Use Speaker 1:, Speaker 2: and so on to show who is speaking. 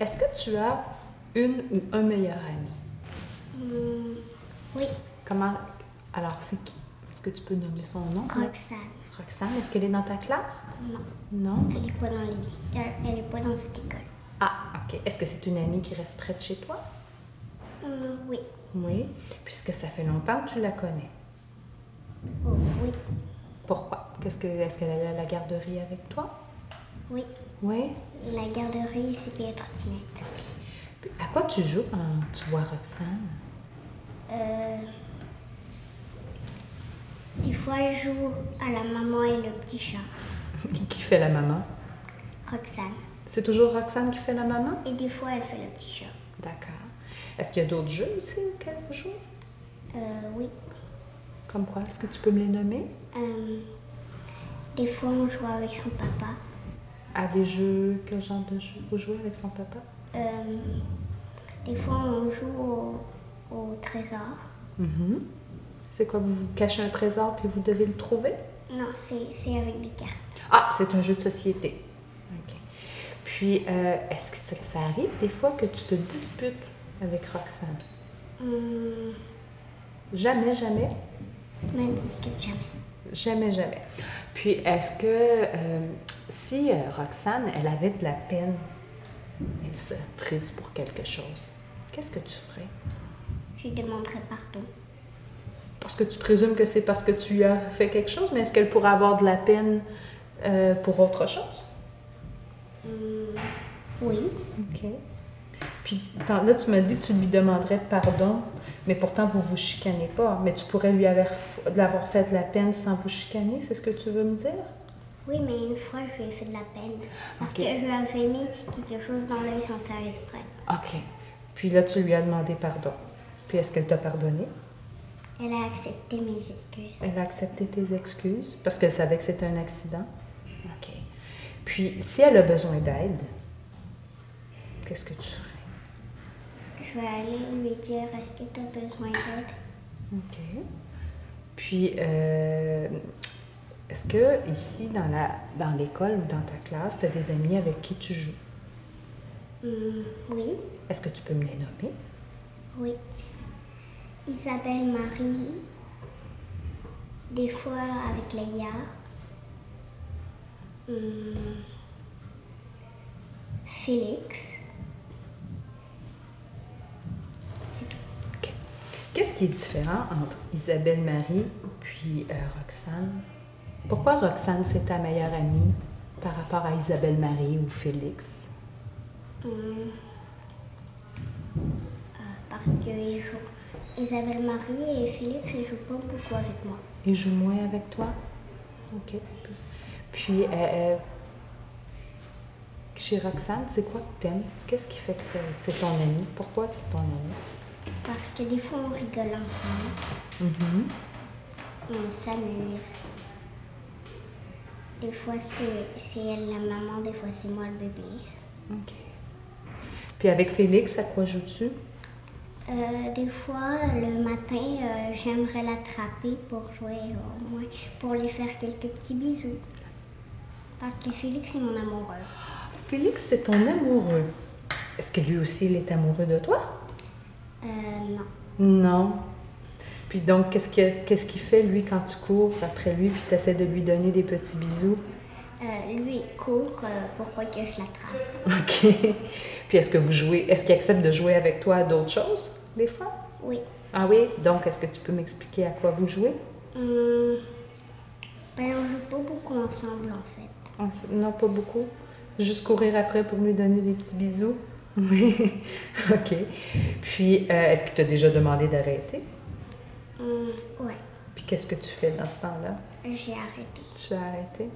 Speaker 1: Est-ce que tu as une ou un meilleur ami?
Speaker 2: Hum, oui,
Speaker 1: Comment... Alors, c'est qui? Est-ce que tu peux nommer son nom?
Speaker 2: Roxane.
Speaker 1: Roxane, est-ce qu'elle est dans ta classe?
Speaker 2: Non,
Speaker 1: Non?
Speaker 2: elle n'est pas dans les- elle, elle est pas dans cette école.
Speaker 1: Ah, OK. Est-ce que c'est une amie qui reste près de chez toi?
Speaker 2: Hum, oui,
Speaker 1: Oui. Puisque ça fait longtemps que tu la connais.
Speaker 2: Oh, oui,
Speaker 1: Pourquoi? Qu'est-ce que... Est-ce qu'elle allait à la garderie avec toi?
Speaker 2: oui.
Speaker 1: Oui.
Speaker 2: La garderie, c'est bien trottinette.
Speaker 1: Puis, à quoi tu joues quand tu vois Roxane?
Speaker 2: Euh, des fois, elle joue à la maman et le petit chat,
Speaker 1: qui fait la maman?
Speaker 2: Roxane.
Speaker 1: C'est toujours Roxane qui fait la maman?
Speaker 2: Et des fois, elle fait le petit chat.
Speaker 1: D'accord. Est-ce qu'il y a d'autres jeux aussi auxquels vous jouez?
Speaker 2: Euh, oui.
Speaker 1: Comme quoi? Est-ce que tu peux me les nommer?
Speaker 2: Euh, des fois, on joue avec son papa.
Speaker 1: À des jeux, quel genre de jeu vous jouez avec son papa?
Speaker 2: Euh, des fois, on joue au, au trésor.
Speaker 1: Mhm. C'est quoi? Vous vous cachez un trésor puis vous devez le trouver?
Speaker 2: Non, c'est c'est avec des cartes.
Speaker 1: Ah, c'est un jeu de société. OK. Puis, euh, est-ce que ça, ça arrive des fois que tu te disputes avec Roxane?
Speaker 2: Hum,
Speaker 1: Jamais, jamais?
Speaker 2: mais on discute jamais.
Speaker 1: Jamais, jamais. Puis, est-ce que euh, si euh, Roxane, elle avait de la peine, elle serait triste pour quelque chose, qu'est-ce que tu ferais?
Speaker 2: Je lui demanderai pardon.
Speaker 1: Parce que tu présumes que c'est parce que tu lui as fait quelque chose, mais est-ce qu'elle pourrait avoir de la peine euh, pour autre chose?
Speaker 2: Hum, oui.
Speaker 1: OK. Puis, t'en- là, tu m'as dit que tu lui demanderais pardon, mais pourtant, vous vous chicanez pas. Mais tu pourrais lui avoir, l'avoir fait de la peine sans vous chicaner, c'est ce que tu veux me dire?
Speaker 2: Oui, mais une fois, je lui ai fait de la peine. Parce
Speaker 1: Ok.
Speaker 2: que je lui avais mis quelque chose dans l'œil sans faire exprès.
Speaker 1: OK. Puis là, tu lui as demandé pardon. Puis est-ce qu'elle t'a pardonné?
Speaker 2: Elle a accepté mes excuses.
Speaker 1: Elle a accepté tes excuses parce qu'elle savait que c'était un accident? OK. Puis si elle a besoin d'aide, qu'est-ce que tu ferais?
Speaker 2: Je vais aller lui dire Est-ce que tu as besoin d'aide
Speaker 1: OK. Puis, euh, est-ce que ici, dans, la, dans l'école ou dans ta classe, tu as des amis avec qui tu joues?
Speaker 2: Hum, Oui,
Speaker 1: Est-ce que tu peux me les nommer?
Speaker 2: oui. Isabelle Marie. Des fois avec Leia. Hum, Félix. C'est tout.
Speaker 1: OK. Qu'est-ce qui est différent entre Isabelle Marie puis euh, Roxane? Pourquoi Roxane, c'est ta meilleure amie par rapport à Isabelle Marie ou Félix?
Speaker 2: Hum. Euh, parce que ils jouent- Isabelle Marie et Félix ne jouent pas beaucoup avec moi.
Speaker 1: Ils jouent moins avec toi? OK. Puis, euh, euh, chez Roxane, c'est quoi que t'aimes? Qu'est-ce qui fait que c'est c'est ton amie? Pourquoi c'est ton amie?
Speaker 2: Parce que des fois on rigole ensemble, on s'amuse. Des fois c'est c'est elle la maman, des fois c'est moi le bébé.
Speaker 1: OK. Puis avec Félix, à quoi joues-tu?
Speaker 2: Euh, des fois le matin euh, j'aimerais l'attraper pour jouer au moins, pour lui faire quelques petits bisous. Parce que Félix est mon amoureux.
Speaker 1: Félix, c'est ton amoureux. Est-ce que lui aussi, il est amoureux de toi?
Speaker 2: Euh, non.
Speaker 1: Non. Puis donc, qu'est-ce qu'il qu'est-ce qu'il fait, lui, quand tu cours après lui, puis tu essaies de lui donner des petits bisous?
Speaker 2: Euh, lui il court euh, pour pas que je l'attrape.
Speaker 1: OK. Puis est-ce que vous jouez, est-ce qu'il accepte de jouer avec toi à d'autres choses, des fois?
Speaker 2: Oui.
Speaker 1: Ah oui? Donc, est-ce que tu peux m'expliquer à quoi vous jouez?
Speaker 2: Hum, ben, on joue pas beaucoup ensemble en fait.
Speaker 1: En fait, Non, pas beaucoup. Juste courir après pour lui donner des petits bisous? Oui. OK. Puis, euh, est-ce qu'il t'a déjà demandé d'arrêter?
Speaker 2: Hum, ouais,
Speaker 1: Puis qu'est-ce que tu fais dans ce temps-là?
Speaker 2: j'ai arrêté.
Speaker 1: Tu as arrêté?